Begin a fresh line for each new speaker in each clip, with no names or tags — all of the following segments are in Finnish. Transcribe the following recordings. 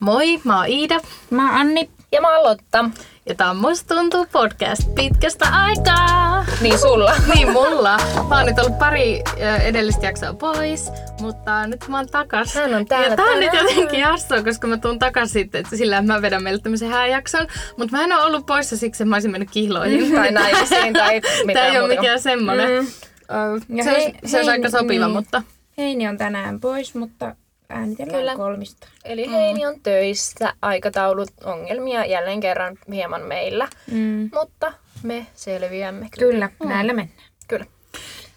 Moi, mä oon Iida
Mä oon Anni.
Ja mä aloittan.
ja tää on Musta tuntuu podcast pitkästä aikaa.
Niin sulla.
Niin mulla. Mä oon nyt ollut pari ö, edellistä jaksoa pois, mutta nyt mä oon takas.
Hän on täällä
Ja tää on nyt
tänään.
jotenkin hassua, koska mä tuun takas sitten, että sillä mä vedän meille tämmöisen hääjakson. Mutta mä en oo ollut poissa siksi, että mä olisin mennyt kihloihin.
tai naimisiin Mm. tai
Tää
mitään
ei oo
muuta.
mikään semmonen.
Mm.
Ja se, hei, se olisi aika sopiva,
niin,
mutta
Heini on tänään pois, mutta äänitellään
Kyllä.
Kyllä. kolmista.
Mm.
Eli Heini on töissä, aikataulut, ongelmia jälleen kerran hieman meillä.
Mm.
Mutta me selviämme kyllä.
Kyllä,
Oh.
mm. näillä mennään.
kyllä.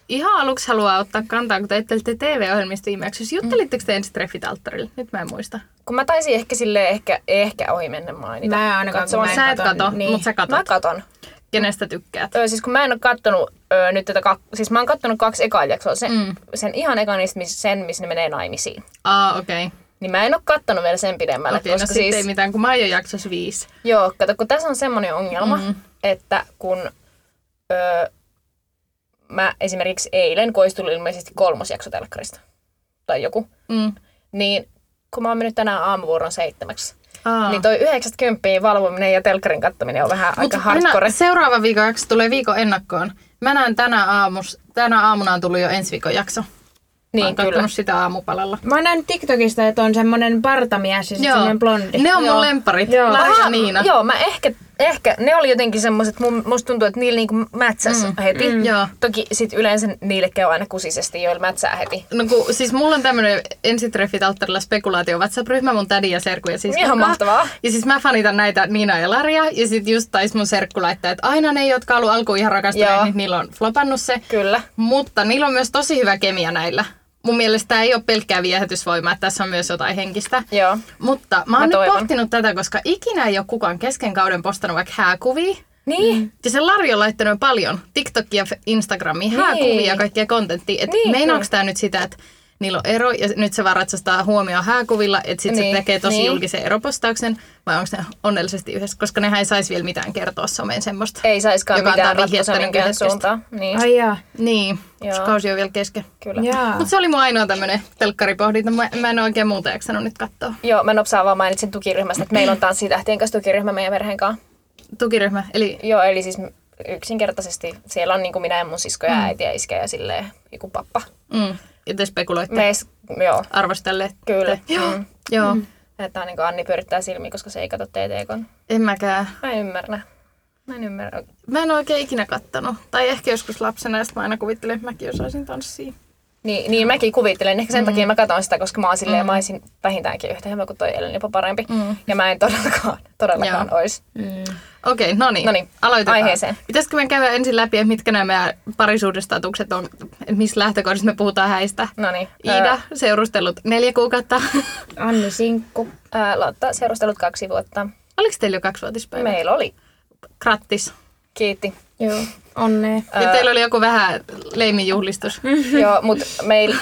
ihan aluksi haluaa ottaa kantaa, kun te ettelitte TV-ohjelmista viime jaksossa. Juttelitteko te ensin treffit alttarille? Nyt mä en muista.
Kun mä taisin ehkä sille ehkä, ehkä ohi mennä mainita.
Mä en ainakaan, kun
Katsomaan.
mä en
Sä et
katon,
kato,
niin.
mutta sä katot.
Mä katon.
Kenestä tykkäät?
Öö, siis kun mä en ole kattonut öö, nyt tätä, kak- siis mä oon kattonut kaksi ekaa jaksoa, sen,
Mm.
mm. sen ihan ekan niistä, miss- sen, missä ne menee naimisiin.
Aa, okei. Okay.
Niin mä en ole kattonut vielä sen pidemmälle,
Okei, no
koska
sitten
siis...
ei mitään, kun mä oon jo jaksossa viisi.
Joo, kato, kun tässä on semmoinen ongelma,
Mm.
mm. että kun öö, mä esimerkiksi eilen, kun olisi tullut ilmeisesti kolmas jakso telkkarista, tai joku,
Mm.
niin kun mä oon mennyt tänään aamuvuoron seitsemäksi,
Aa.
niin toi 90 valvominen ja telkkarin kattaminen on vähän
Mut
aika hardcore.
Aina, seuraava viikon jakso tulee viikon ennakkoon. Mä näen tänä, aamus, tänä aamuna on tullut jo ensi viikon jakso. mä oon
niin, kyllä.
katsonut sitä aamupalalla.
Mä oon nähnyt TikTokista, että on semmonen partamies ja sit semmonen blondi.
Ne on mun
Joo.
lempparit.
Joo.
Laura ja
Aha,
Niina.
Joo, mä ehkä, ehkä, ne oli jotenkin semmoiset, mun, musta tuntuu, että niillä niinku mätsäs mm. heti.
Mm. Joo.
Toki sit yleensä niille käy aina kusisesti, joilla mätsää heti.
No kun, siis mulla on tämmönen ensitreffit alttarilla spekulaatio WhatsApp-ryhmä mun tädi ja serkku ja siis
Ihan mahtavaa.
Ja siis mä fanitan näitä Niina ja Laria ja sit just taisi mun serkku laittaa, että aina ne, jotka on ollut alkuun ihan rakastuneet,
Joo.
niin niillä on flopannut se.
Kyllä.
Mutta niillä on myös tosi hyvä kemia näillä. Mun mielestä tämä ei ole pelkkää viehätysvoimaa, että tässä on myös jotain henkistä.
Joo.
Mutta mä
Mä
oon nyt
toivon.
pohtinut tätä, koska ikinä ei ole kukaan kesken kauden postannut vaikka hääkuvia.
Niin.
Ja se Lari on laittanut paljon TikTokia, Instagramiin, hääkuvia ja kaikkea kontenttia. Että niin,
Niin,
meinaako tämä nyt sitä, että niillä on ero ja nyt se vaan ratsastaa huomioon hääkuvilla, että sitten niin,
Niin,
se tekee tosi niin.
niin.
julkisen eropostauksen, vai onko ne onnellisesti yhdessä, koska nehän ei saisi vielä mitään kertoa someen semmoista.
Ei saiskaan
joka antaa
mitään ratkaisua
vihjettä
minkään
nykyhetkestä.
suuntaan. Niin,
Ai jaa.
Niin,
Joo.
se kausi on vielä kesken.
kyllä.
jaa.
Mutta se oli mun ainoa tämmöinen telkkaripohdinta. Mä, mä en oikein muuta jaksanut nyt katsoa.
Joo, mä nopsaan vaan mainitsin tukiryhmästä, että meillä on tanssitähtien kanssa tukiryhmä meidän perheen kanssa.
Tukiryhmä, eli
Joo, eli siis yksinkertaisesti siellä on niin kuin minä ja mun sisko ja äiti ja iskä ja silleen joku pappa.
mm, ja te spekuloitte, Me...
Meis, joo,
arvostelleet.
kyllä.
Joo,
Mm.
joo. Mm.
Että on niin kuin Anni pyörittää silmiä, koska se ei katso TTK.
en mäkään.
Mä en ymmärrä. Mä en ymmärrä.
Mä en oikein ikinä kattanut. Tai ehkä joskus lapsena, ja sit mä aina kuvittelin, että mäkin osaisin tanssia.
Niin, niin mäkin kuvittelen. Ehkä sen
Mm.
takia mä katson sitä, koska mä oon silleen, mä olisin vähintäänkin yhtä hyvä kuin toi Ellen jopa parempi.
Mm.
Ja mä en todellakaan, todellakaan ois.
Mm.
Okei, no niin.
Noniin,
Aloitetaan.
aiheeseen.
Pitäisikö me käydä ensin läpi, että mitkä nämä meidän parisuudestatukset on, että missä lähtökohdissa me puhutaan häistä?
No niin.
Iida, seurustellut neljä kuukautta.
Anni Sinkku.
Ää, Lotta, seurustelut kaksi vuotta.
Oliko teillä jo kaksivuotispäivä?
Meillä oli.
Krattis.
Kiitti.
Joo. Onnea.
Ää... Ja teillä oli joku vähän leiminjuhlistus.
Joo, mutta meillä...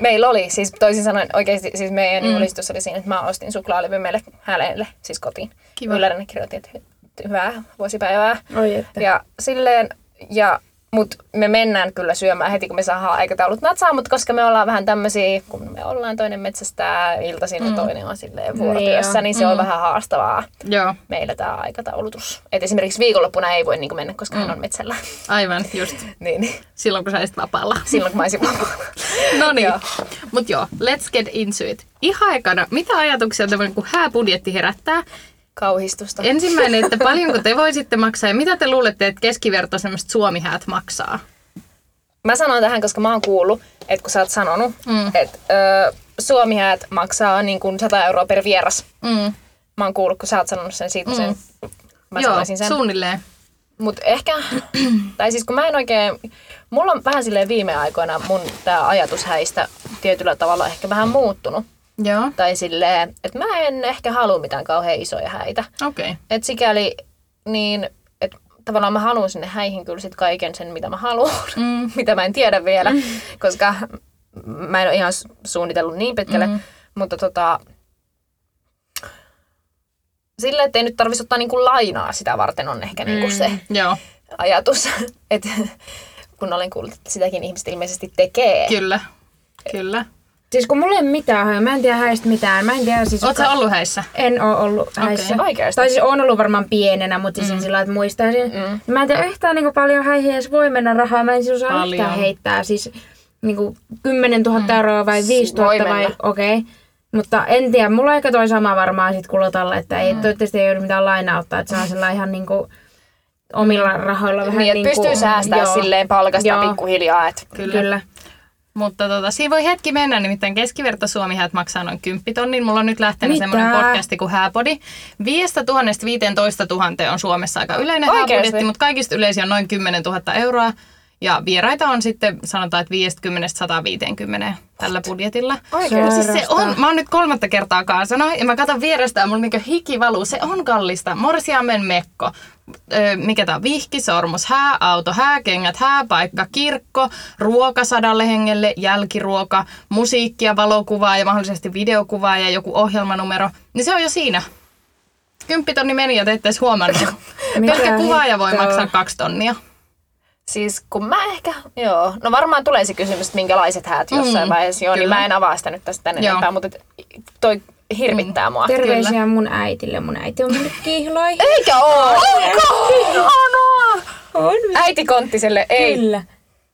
Meillä oli, siis toisin sanoen oikeasti, siis meidän mm. julistus oli siinä, että mä ostin suklaalevy meille hänelle, siis kotiin.
Kiva.
Yllärinä kirjoitin, että hy- hyvää vuosipäivää.
Oi että.
Ja silleen, ja, mut me mennään kyllä syömään heti, kun me saadaan aikataulut natsaa, mutta koska me ollaan vähän tämmöisiä, kun me ollaan toinen metsästää iltaisin ja toinen on silleen vuorotyössä,
Niin
niin, se on vähän haastavaa
Joo,
meillä tämä aikataulutus. Et esimerkiksi viikonloppuna ei voi niinku mennä, koska mm. hän on metsällä.
aivan just.
niin,
Silloin kun sä olisit vapaalla.
silloin kun mä olisin vapaana.
No niin,
Joo.
mut joo, let's get into it. Ihan ekana, mitä ajatuksia tämmöinen kun hääbudjetti herättää?
Kauhistusta.
Ensimmäinen, että paljonko te voisitte maksaa ja mitä te luulette, että keskiverto semmoiset suomihäät maksaa?
Mä sanon tähän, koska mä oon kuullut, että kun sä oot sanonut,
Mm.
mm. että ö, Suomi-häät maksaa niin kuin 100 euroa per vieras.
Mm.
Mä oon kuullut, kun sä oot sanonut sen siitä, sen, mä
Joo,
sanoisin sen.
suunnilleen.
Mut ehkä, tai siis kun mä en oikein, mulla on vähän silleen viime aikoina mun tää ajatus häistä tietyllä tavalla ehkä vähän muuttunut.
Joo,
Tai silleen, että mä en ehkä halua mitään kauhean isoja häitä.
okei. Okay.
Et sikäli niin, että tavallaan mä haluan sinne häihin kyllä sit kaiken sen, mitä mä haluan, mm. mitä mä en tiedä vielä, mm. koska mä en ole ihan su- suunnitellut niin pitkälle, mm. mutta tota, sillä, että ei nyt tarvitsisi ottaa niinku lainaa sitä varten on ehkä niinku mm. se
Joo,
ajatus, että kun olen kuullut, että sitäkin ihmiset ilmeisesti tekee.
kyllä. Kyllä.
Siis kun mulla ei ole mitään hajoa, mä en tiedä häistä mitään. Mä en tiedä siis...
Oot sä ollut häissä?
En oo ollut häissä.
Oikeesti?
Tai siis oon ollut varmaan pienenä, mutta siis mm. sillä lailla, että muistaisin. Mm. Mä en tiedä yhtään niin paljon häihin edes voi mennä rahaa. Mä en siis osaa
Paljon.
yhtään heittää. Siis niin kuin 10 000 mm. euroa vai 5
Voi
000 vai
mennä.
okei. Okay. Mutta en tiedä, mulla on ehkä toi sama varmaan sit kulotalle, että ei, toivottavasti ei joudu mitään lainaa ottaa, että saa sillä ihan niinku omilla rahoilla vähän
Niin, että
niinku-
pystyy säästämään
joo.
silleen palkasta
Joo.
pikkuhiljaa. Et,
Kyllä. Kyllä.
Mutta tota, siinä voi hetki mennä, nimittäin keskiverto Suomi häät maksaa noin 10 tonnin. Mulla on nyt lähtenyt
Mitä?
semmoinen podcasti kuin Hääpodi. 5000 15 000 on Suomessa aika yleinen
Oikeesti?
hääbudjetti, mutta kaikista yleisiä on noin 10 000 euroa. Ja vieraita on sitten sanotaan, että 50 150 tällä budjetilla.
Oikein.
Ja siis se
Sairasta.
on, mä oon nyt kolmatta kertaa kaasana ja mä katson vierestä ja mulla niinku hiki valuu. Se on kallista. Morsiamen mekko, Ö, mikä tää on, vihki, sormus, hää, auto, hääkengät, hääpaikka, kirkko, ruoka sadalle hengelle, jälkiruoka, musiikkia, valokuvaa ja mahdollisesti videokuvaa ja joku ohjelmanumero. Niin se on jo siinä. Kymppitonni meni ja te ette edes huomannut.
Mitä
Pelkkä kuvaaja voi
hittoa?
maksaa kaksi tonnia.
Siis kun mä ehkä, joo, no varmaan tulee se kysymys, että minkälaiset häät jossain
Mm,
vaiheessa, joo,
kyllä.
niin mä en avaa sitä nyt tästä tänne
Joo. Mm.
enempää, mutta et toi hirvittää mua.
Terveisiä mun äitille. Mun äiti on mennyt kihloi.
Eikä oo! Onko?
on.
Äiti Konttiselle ei.
Kyllä.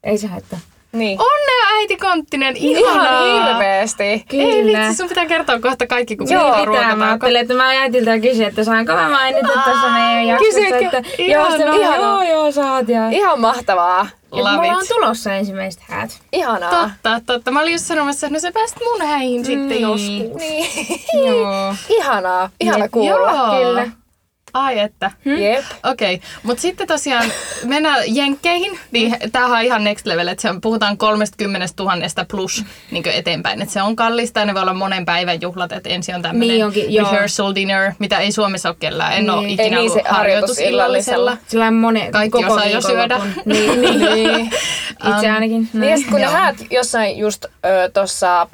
Ei se haittaa.
Niin.
Onnea äiti Konttinen,
Ihan
ihanaa!
hirveästi.
Ei vitsi, sun pitää kertoa kohta kaikki, kun
Joo,
me
Joo, pitää. Mä
ruokataanko.
ajattelin, että mä äitiltä kysyin, että saanko mä mainita tässä meidän jaksossa.
Kysytkö?
Että, joo,
Ihanaa.
sitten, mä, no joo, joo, saat. Ja,
Ihan mahtavaa.
Et
Love
mulla on
it.
tulossa ensimmäiset häät.
Ihanaa.
Totta, totta. Mä olin just sanomassa, että no sä pääst mun häihin sitten joskus.
Mm. Niin.
Joo.
Ihanaa. Ihana
Niin.
kuulla.
Joo.
Kyllä.
Ai että.
Jep.
Okei, okay. mutta sitten tosiaan mennään jenkkeihin. Niin tämähän on ihan next level, että se on, puhutaan 30 000 plus niin eteenpäin. Että se on kallista ja ne voi olla monen päivän juhlat. Että ensin on
Niin
tämmöinen
onkin, joo.
rehearsal dinner, mitä ei Suomessa ole kellään. En niin. ole
Niin.
ikinä
Ei, niin
ollut
se harjoitusillallisella.
Sillä on monen
Kaikki
koko
osaa jo syödä.
viikonlopun. Niin, niin. Itse ainakin.
Niin, ja sit kun ne
Joo.
häät jossain just ö, tuossa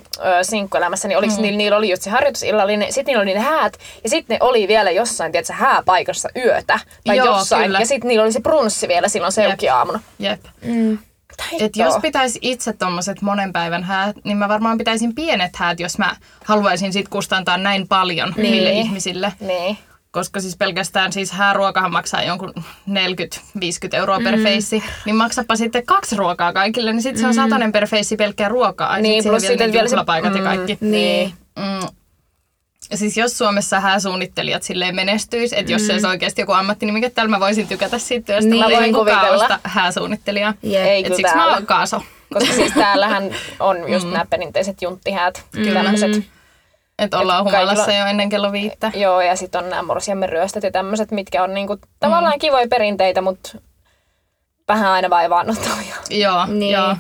sinkkuelämässä, niin
Mm.
oliks niillä, niillä oli just se harjoitusillallinen, sitten niillä oli ne häät, ja sitten ne oli vielä jossain, tiedätkö, hääpaikassa yötä, tai
Joo,
jossain,
kyllä.
ja sitten niillä oli se brunssi vielä silloin seukiaamuna.
Jep.
Mm.
Mitä
Et jos
hittoa?
pitäisi itse tuommoiset monen päivän häät, niin mä varmaan pitäisin pienet häät, jos mä haluaisin sit kustantaa näin paljon niin. niille ihmisille.
Niin.
Koska siis pelkästään siis hääruokahan maksaa jonkun 40-50 euroa per mm. feissi, niin maksapa sitten kaksi ruokaa kaikille, niin sitten se on satanen per feissi pelkkää ruokaa. Ja
Mm. Niin,
sit
plus
siihen
sitten
ne
vielä se-
juhlapaikat ja
mm,
kaikki.
Niin.
Mm. Siis jos Suomessa hääsuunnittelijat silleen menestyis, että jos se
Mm.
olisi oikeasti joku niin ammattinimike, täällä mä voisin tykätä siitä työstä,
Niin.
niin,
Mä
ei
voin
kukaan
kuvitella.
osta hääsuunnittelijaa.
Jep.
Ei
Et
kyllä
siksi mä
täällä.
oon kaaso.
Koska siis täällähän on
Mm.
just nämä perinteiset junttihäät, tämmöiset.
Että ollaan
Et kaikilla-
humalassa jo ennen kello viittä.
Joo, ja sitten on nämä morsiamme ryöstöt ja tämmöiset, mitkä on niinku
Mm.
tavallaan kivoja perinteitä, mutta vähän aina vaivaannuttavia.
Joo,
Niin.
niin. joo.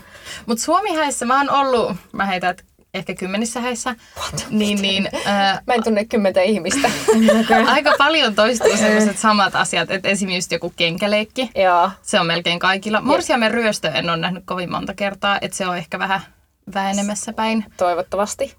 Mutta Suomi-häissä mä oon ollut, mä heitän, että ehkä kymmenissä häissä. What? Niin, niin äh,
Mä en tunne kymmentä ihmistä.
aika paljon toistuu sellaiset samat asiat, että esimerkiksi just joku kenkäleikki.
Joo.
Se on melkein kaikilla. Morsiamen ryöstö en ole nähnyt kovin monta kertaa, että se on ehkä vähän vähenemässä päin.
Toivottavasti.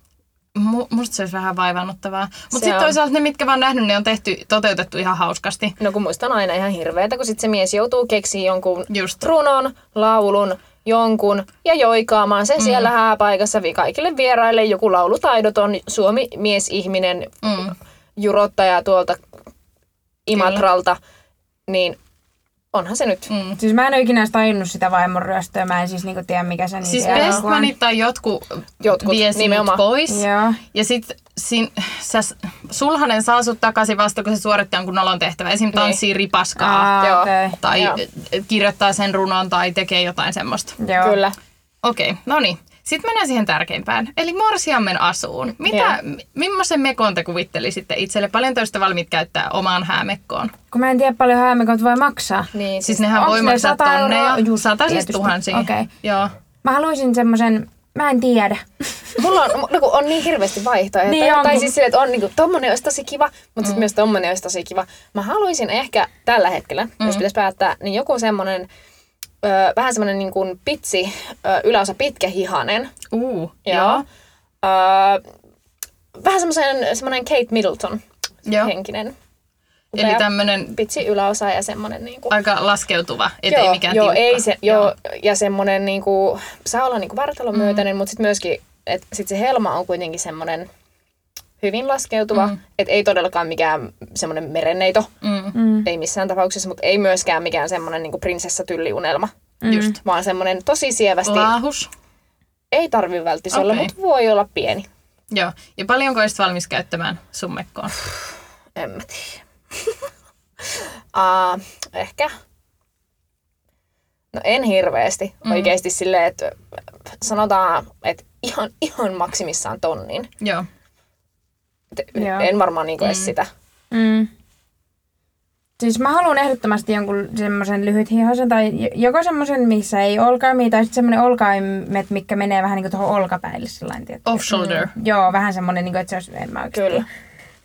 Mu- musta se olisi vähän vaivannuttavaa.
Se
Mutta sitten
on.
toisaalta ne, mitkä mä oon nähnyt, ne on tehty, toteutettu ihan hauskasti.
No kun muistan aina ihan hirveetä, kun sit se mies joutuu keksiä jonkun
Just.
runon, laulun, jonkun ja joikaamaan sen mm. siellä hääpaikassa vi- kaikille vieraille. Joku laulutaidoton suomi miesihminen
Mm.
jurottaja tuolta Imatralta, niin onhan se nyt.
Mm.
Siis mä en ole ikinä edes tajunnut sitä vaimon ryöstöä. Mä en siis niinku tiedä, mikä se
Siis
niiden elokuva on.
Bestmanit tai jotkut,
Jotkut,
vie sinut
nimenomaan.
pois.
Joo.
Ja sitten sin, sä, sulhanen saa sut takaisin vasta, kun se suorittaa jonkun nolon tehtävä. Esim. tanssii ripaskaa
Aa,
Joo.
okei.
tai e,
joo.
kirjoittaa sen runon tai tekee jotain semmoista.
Joo.
Kyllä.
Okei, no niin. Sitten mennään siihen tärkeimpään, eli morsiammen asuun. Mitä,
Joo.
m- millaisen mekon te kuvittelisitte itselle? Paljon te olisitte valmiit käyttää omaan häämekkoon?
Kun mä en tiedä paljon häämekot voi maksaa.
Niin,
Siis nehän
onks
voi
ne
maksaa
100
tonneja,
euroa? Juu,
sata siis
tietysti.
tuhansia.
Okei.
Joo.
Mä haluaisin semmosen, mä en tiedä.
Mulla on, no kun on niin hirveästi vaihtoehtoja.
Niin
Niin tai
onkin.
siis silleen, että on niin kuin, tommonen olisi tosi kiva, mutta sitten myös tommonen olisi tosi kiva. Mä haluaisin ehkä tällä hetkellä, mm. jos pitäisi päättää, niin joku semmonen, ö, vähän semmonen niin kuin pitsi, ö, yläosa pitkähihanen.
Uu,
Joo. Ö, vähän semmosen, semmonen Kate Middleton
Joo.
henkinen.
Eli
Upea
tämmöinen
Pitsi yläosa ja semmonen niin kuin,
aika laskeutuva, ettei
joo,
mikään
joo,
tiukka. Mm.
ei se, joo, ja semmonen niinku, saa olla niinku vartalon myötäinen, mutta sitten myöskin että sit se helma on kuitenkin semmoinen hyvin laskeutuva, mm. että ei todellakaan mikään semmoinen merenneito,
Mm.
Mm.
ei missään tapauksessa, mutta ei myöskään mikään semmoinen niinku prinsessatylliunelma.
Just.
Vaan semmoinen tosi sievästi,
Laahus.
ei tarvi välttis olla,
Okei.
mutta voi olla pieni.
Joo. Ja paljonko olisit valmis käyttämään summekkoon?
En mä tiedä. uh, ehkä. No en hirveästi.
Mhm.
Mm. Oikeasti silleen, että sanotaan, että ihan, ihan maksimissaan tonnin.
Joo.
Et
Joo.
en varmaan niinku edes sitä.
Mm. Siis mä haluan ehdottomasti jonkun semmoisen lyhythihaisen tai j- joko semmoisen, missä ei olkaimia tai sitten semmoinen olkaimet, mikä menee vähän niin kuin tuohon olkapäille sellainen. Tietty.
Off shoulder.
Joo, vähän semmoinen, niin kuin, että se olisi en mä oikeasti.
Kyllä.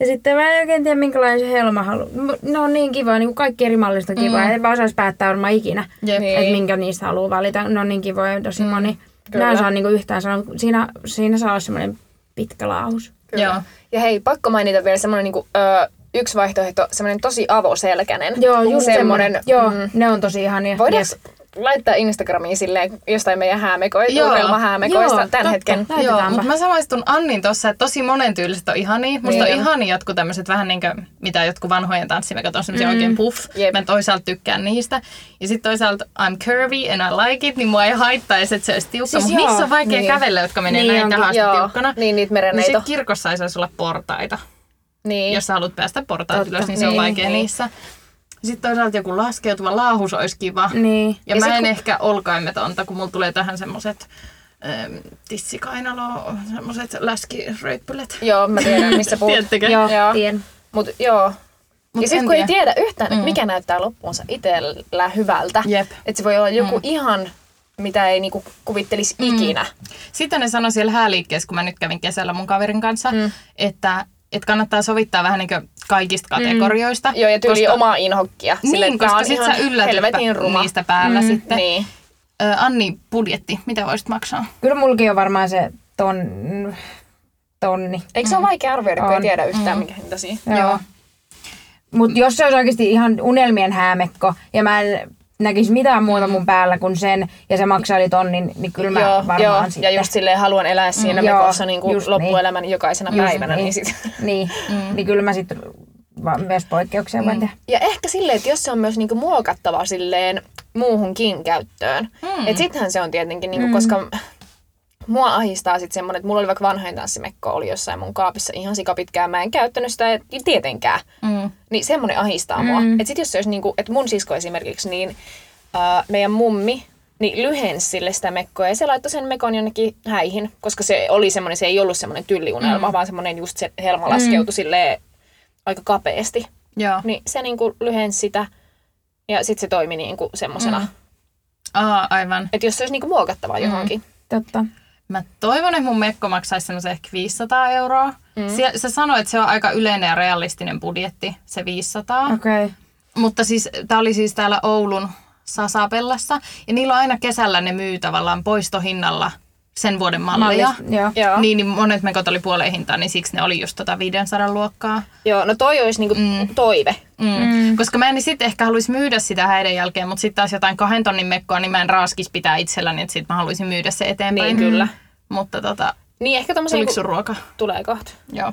Ja sitten mä en oikein tiedä, minkälainen se helma haluaa. Ne on niin kivoja, niin kuin kaikki eri mallista on kivoja. Mm. En mä osaisi päättää varmaan ikinä,
Jep.
Niin. Mm.
että minkä niistä haluaa valita. Ne on niin kivoja, tosi moni.
Kyllä.
Mä en saa niin kuin yhtään sanoa, mutta siinä, siinä saa olla semmoinen pitkä laahus.
Joo.
Ja hei, pakko mainita vielä semmoinen niinku, ö, yksi vaihtoehto, semmoinen tosi avoselkäinen.
Joo, just
Semmonen,
semmoinen. Joo, mm. ne on tosi ihania.
Voidaan
Jep.
laittaa Instagramiin silleen jostain meidän häämekoista,
Joo.
urheilumahäämekoista
Joo,
tämän
totta.
hetken.
Joo,
Näytetäänpä.
mutta mä samaistun Annin tuossa, että tosi monen tyyliset on ihania. Musta
Niin
on
on.
ihania jotkut tämmöiset vähän niin kuin, mitä jotkut vanhojen tanssimekot on semmoisia mm. oikein puff.
Jep.
Mä toisaalta tykkään niistä. Ja sitten toisaalta I'm curvy and I like it, niin mua ei haittaisi, että se olisi tiukka.
Siis
Siis mutta
joo.
niissä on vaikea
Niin.
niin. kävellä, jotka menee
Niin
niin näin
onkin.
tahasti
Joo,
tiukkana.
niin niitä
Niin
merenneito.
sitten kirkossa ei saisi olla portaita.
Niin.
Jos sä haluat päästä portaat
Totta.
ylös, niin se on
Niin,
vaikea
niin.
niissä. Sitten toisaalta joku laskeutuva laahus olisi kiva.
Mm.
Niin.
Ja,
Ja
mä
sit
en
kun-
ehkä olkaimetonta, kun mulla tulee tähän semmoset ähm, tissikainalo, semmoset läskiröippylet.
Joo, mä tiedän, missä puhut.
Tiedättekö?
Joo,
Joo.
tien.
Mut joo. Mut
Mut
ja sitten
en
kun ei
tiedä.
tiedä yhtään, mm. mikä näyttää loppuunsa itsellä hyvältä.
Jep.
Että se voi olla joku mm. ihan, mitä ei niinku kuvittelisi mm. ikinä.
Sitten ne sanoi siellä hääliikkeessä, kun mä nyt kävin kesällä mun kaverin kanssa, mm. että, että kannattaa sovittaa vähän niin kaikista kategorioista.
Joo, ja tyyli omaa inhokkia.
Ah, Niin,
että tää
koska
on
sit
ihan
sä yllätät
helvetin ruma.
niistä päällä mm. sitten. Niin.
Niin.
Ö, Anni, budjetti, mitä voisit maksaa?
Kyllä mulki on varmaan se ton, tonni.
Eikö se ole vaikea arvioida, kun ei
On.
tiedä yhtään, mikä hinta siinä.
Joo.
Mutta jos se olisi oikeasti ihan unelmien häämekko ja mä en näkisi mitään muuta mun päällä kuin sen ja se maksaa yli tonnin, niin kyllä mä
joo,
varmaan
joo.
sitten.
ja just silleen haluan elää siinä
Mm.
mm,
Joo,
mekossa niinku
just
loppuelämän jokaisena
Just
päivänä. Niin. sit.
niin, mm. niin kyllä mä sitten myös poikkeuksia voin tehdä.
Ja ehkä silleen, että jos se on myös niinku muokattava silleen muuhunkin käyttöön. Mm. Et sittenhän se on tietenkin, niinku, mm. koska mua ahistaa sitten semmoinen, että mulla oli vaikka vanhojen tanssimekko oli jossain mun kaapissa ihan sikapitkään. Mä en käyttänyt sitä et- tietenkään.
Mm.
Niin semmoinen ahistaa mm. mua. Että sit jos se olisi niinku, että mun sisko esimerkiksi, niin äh, meidän mummi, niin lyhensi sille sitä mekkoa ja se laittoi sen mekon jonnekin häihin, koska se oli semmoinen, se ei ollut semmoinen tylliunelma, mm. vaan semmoinen just se helma laskeutui mm. silleen aika kapeasti.
Joo.
Niin se niinku lyhensi sitä ja sitten se toimi niinku semmosena. Mm.
Aa, aivan.
Että jos se olisi niinku muokattava mm. johonkin.
Totta.
Mä toivon, että mun mekko maksaisi semmoisen ehkä 500 euroa. Mm. Se, se sanoi, että se on aika yleinen ja realistinen budjetti, se 500. Okay.
Okei. Okay.
Mutta siis tämä oli siis täällä Oulun Sasapellassa. Ja niillä on aina kesällä ne myy tavallaan poistohinnalla sen vuoden malleja.
Joo.
Joo.
Niin, niin monet mekot oli puoleen hintaan, niin siksi ne oli just tota 500 luokkaa.
Joo, no toi olisi niinku mm. toive.
Mm. Mm. Koska mä en sitten ehkä haluaisi myydä sitä häiden jälkeen, mutta sitten taas jotain kahden tonnin mekkoa, niin mä en raaskis pitää itselläni, että sitten mä haluaisin myydä se eteenpäin.
Niin, kyllä.
Mutta tota,
Niin ehkä tommosen...
tuliko
Niinku,
sun ruoka?
tulee kohta.
Joo.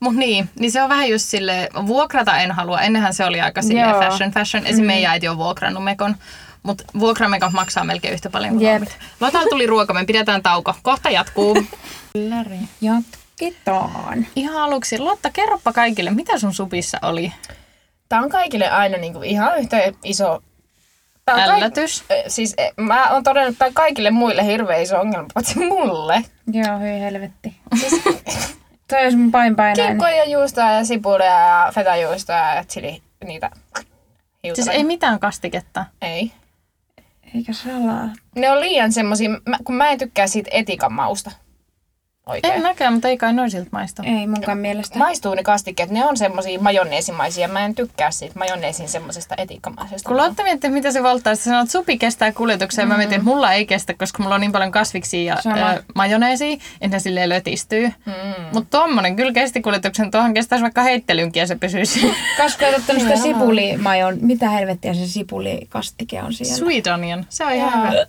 Mut niin, niin se on vähän just sille vuokrata en halua. Ennenhän se oli aika sille
Joo.
fashion fashion. Esim. Mm-hmm. meidän äiti on vuokrannut mekon. Mutta vuokramekon maksaa melkein yhtä paljon kuin
Jep.
laamit. Lotal tuli ruoka, me pidetään tauko. Kohta jatkuu.
Jatketaan.
Ihan aluksi, Lotta, kerropa kaikille, mitä sun supissa oli?
Tämä on kaikille aina niinku ihan yhtä iso... Tää on kaik-
Ällätys.
Eh, Siis eh, mä oon todennut, että tää on kaikille muille hirveä iso ongelma, paitsi mulle.
Joo, hyi helvetti. Toi olisi mun painpainainen.
Kinkkoja, juustoa ja sipulia ja fetajuustoa ja chili, niitä
Siis
hiutaleita.
ei mitään kastiketta.
ei.
Eikä salaa.
Ne on liian semmosia, mä- kun mä en tykkää siitä etikan mausta. Oikein.
En näkään, mutta ei kai noisilta maistu.
Ei munkaan mielestä.
maistuu ne kastikkeet, ne on semmosia majoneesimaisia. Mä en tykkää siitä majoneesin semmoisesta etikkamaisesta.
Kun Lotta miettii, mitä se valtaa, sä sanot, että supi kestää kuljetuksia. Mm. Mä mietin, että mulla ei kestä, koska mulla on niin paljon kasviksia ja
Sama.
ö, majoneesia, että ne silleen lötistyy. Mm. Mutta tommonen kyllä kesti kuljetuksen. Tuohon kestäisi vaikka heittelynkin ja se pysyisi.
Kas katsottanut sitä sipulimajon. Mitä helvettiä se sipulikastike on siellä?
Sweet onion. Se on ihan hyvä.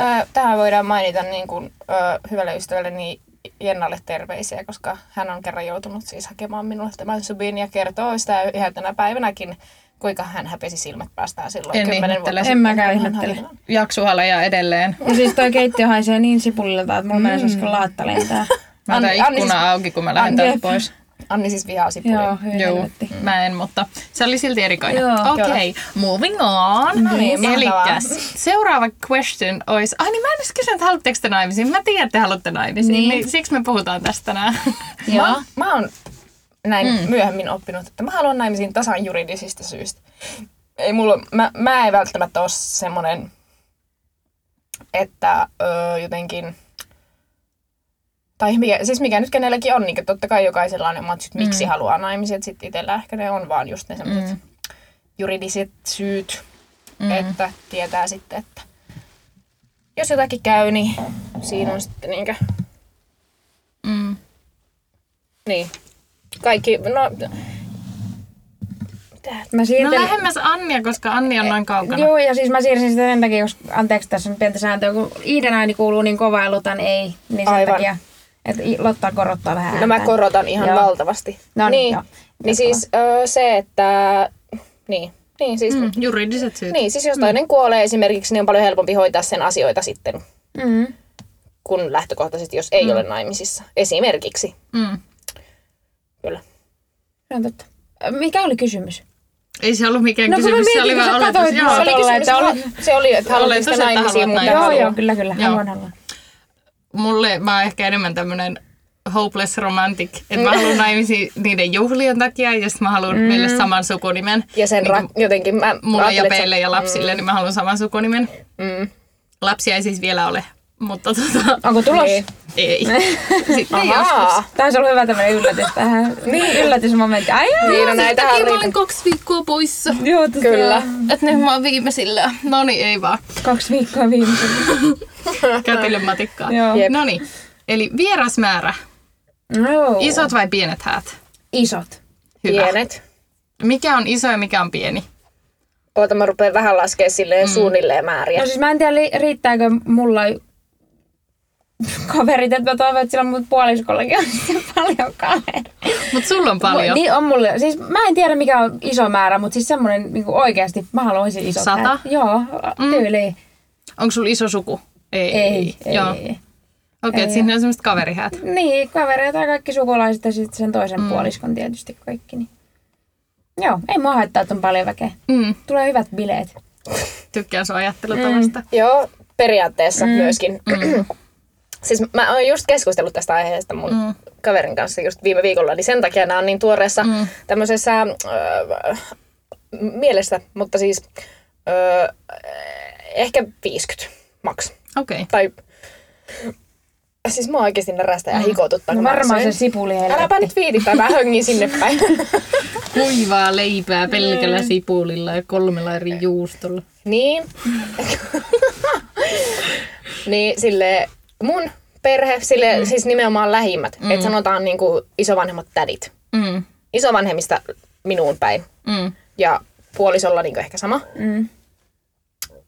Ää, Tähän voidaan mainita niin kuin, ö, hyvälle ystävälle niin Jennalle terveisiä, koska hän on kerran joutunut siis hakemaan minulle tämän subin ja kertoo sitä ihan tänä päivänäkin, kuinkä hän häpesi silmät päästään silloin
En
kymmenen
ihmettele.
vuotta.
En mäkään
Ihan
ihmettele.
hallinnon.
Jaksuhaleja edelleen.
No siis toi keittiö haisee niin sipulilta, että mulla menee äsken laatta lentää.
Mä
An-
otan
Anni
ikkuna auki, kun mä lähden
Anni,
täältä
jep.
pois.
Anni siis vihaa sipulia.
Joo, hyvin
Joo, Mm.
helvetti.
mä en, mutta se oli silti erikoinen.
Joo.
Okei, okay, moving on.
No niin, mahtavaa.
Elikkäs, seuraava question olisi, ai niin mä en edes kysynyt, että haluatteko te naimisiin. Mä tiedän, että te haluatte naimisiin, niin.
Niin.
niin siksi me puhutaan tästä tänään.
Mä, mä oon näin mm. myöhemmin oppinut, että mä haluan naimisiin tasan juridisista syistä. Ei mulla, mä, mä en välttämättä ole semmoinen, että öö, jotenkin, tai mikä, siis mikä nyt kenelläkin on, niin totta kai jokaisella on ne omat syyt, miksi mm. haluaa naimisiin, että sitten itsellä ehkä ne on vaan just ne semmoiset mm. juridiset syyt, mm. että tietää sitten, että jos jotakin käy, niin siinä on sitten niinkö
Mm.
Niin. Kaikki, no... Mitä?
Mä
No
siirtelin...
lähemmäs Annia, koska Anni on noin kaukana.
Joo, ja siis mä siirsin sitä sen takia, koska anteeksi, tässä on pientä sääntöä, kun Iiden ääni kuuluu niin kovaa ja Lutan ei, niin sen
Aivan.
takia, että I- Lotta korottaa vähän
No mä
ääntään.
korotan ihan
Joo.
joo. valtavasti.
No niin,
niin,
joo.
niin siis ö, se, että... Niin, niin siis... Mm.
Juridiset syyt.
Niin, siis jos toinen kuolee esimerkiksi, niin on paljon helpompi hoitaa sen asioita sitten,
Mm.
kun lähtökohtaisesti, jos ei mm. ole naimisissa. Esimerkiksi,
Mm.
kyllä.
Se on totta. Mikä oli kysymys?
Ei se ollut mikään
No, kun mä
kysymys, se
mietin,
oli
kun
vaan
sä
oletus.
katsoit
Joo.
mua.
Se oli,
Tuolla, että oli-
kysymys, halu- se oli, että haluatteko
Oletus,
sitä
että haluat
naimisiin, mutta
naimisiin.
en
Joo,
halua.
joo, kyllä, kyllä.
Joo.
Haluan, haluan.
mulle mä oon ehkä enemmän tämmönen hopeless romantic. Että mä haluan naimisiin niiden juhlien takia ja sit mä haluan mm. meille saman sukunimen.
Ja sen ra- jotenkin mä...
Mulle ja
ajattelin, että
peille ja lapsille, mm. niin mä haluan saman sukunimen.
se- Mm.
Lapsia ei siis vielä ole, mutta tota,
Onko tulos?
Niin.
ei. Sitten joskus.
Ahaa.
Tämä olisi ollut Ah. hyvä tämmöinen yllätys tähän. niin. Yllätysmomentti. Ai jaa.
Niin, no
Sen
näitä
takia mä
harrita.
olin kaksi viikkoa poissa.
Joo, totta.
Kyllä.
Et nyt mä oon viimeisillä. No niin, ei vaan.
Kaksi viikkoa viimeisenä.
Kätilö matikkaa.
Joo.
Jep.
No niin. Eli vierasmäärä.
No.
Isot vai pienet häät?
Isot.
Hyvä.
Pienet.
Mikä on iso ja mikä on pieni?
Oota, mä rupean vähän laskea silleen mm. suunnilleen määriä.
No siis mä en tiedä, li- riittääkö mulla kaverit, että mä toivon, että sillä mun puoliskollakin on sitten paljon kavereita.
Mutta sulla on paljon.
Niin on mulle. Siis mä en tiedä mikä on iso määrä, mutta siis semmoinen niin oikeasti mä haluaisin iso.
Sata?
Joo, tyyli.
Onko sulla iso suku? Ei.
Ei, ei.
Joo.
ei.
Okei, okay, siinä on semmoiset kaverihäät.
Niin, kavereita ja kaikki sukulaiset ja sitten sen toisen mm. puoliskon tietysti kaikki. Niin. Joo, ei mua haittaa, että on paljon väkeä.
Mm,
Tulee hyvät bileet.
tykkään sun ajattelutavasta. Mm.
Joo, periaatteessa mm. myöskin. Mm. siis mä oon just keskustellut tästä aiheesta mun mm. kaverin kanssa just viime viikolla, niin sen takia nämä on niin tuoreessa mm. tämmöisessä öö, mielessä, mutta siis öö, ehkä 50 maks.
Okei. Okay.
Tai siis mä oikeasti närästä ja hikotuttaa.
No
kun mä
varmaan se
söin.
sipuli
Äläpä nyt viiditä, mä höngin sinne päin.
Kuivaa leipää pelkällä mm. sipulilla ja kolmella eri juustolla.
Niin. niin sille mun perhe, sille, mm. siis nimenomaan lähimmät. Mm. Että sanotaan niinku isovanhemmat tädit.
Mm,
Isovanhemmista minuun päin.
mm,
Ja puolisolla niinku ehkä sama.
Mm.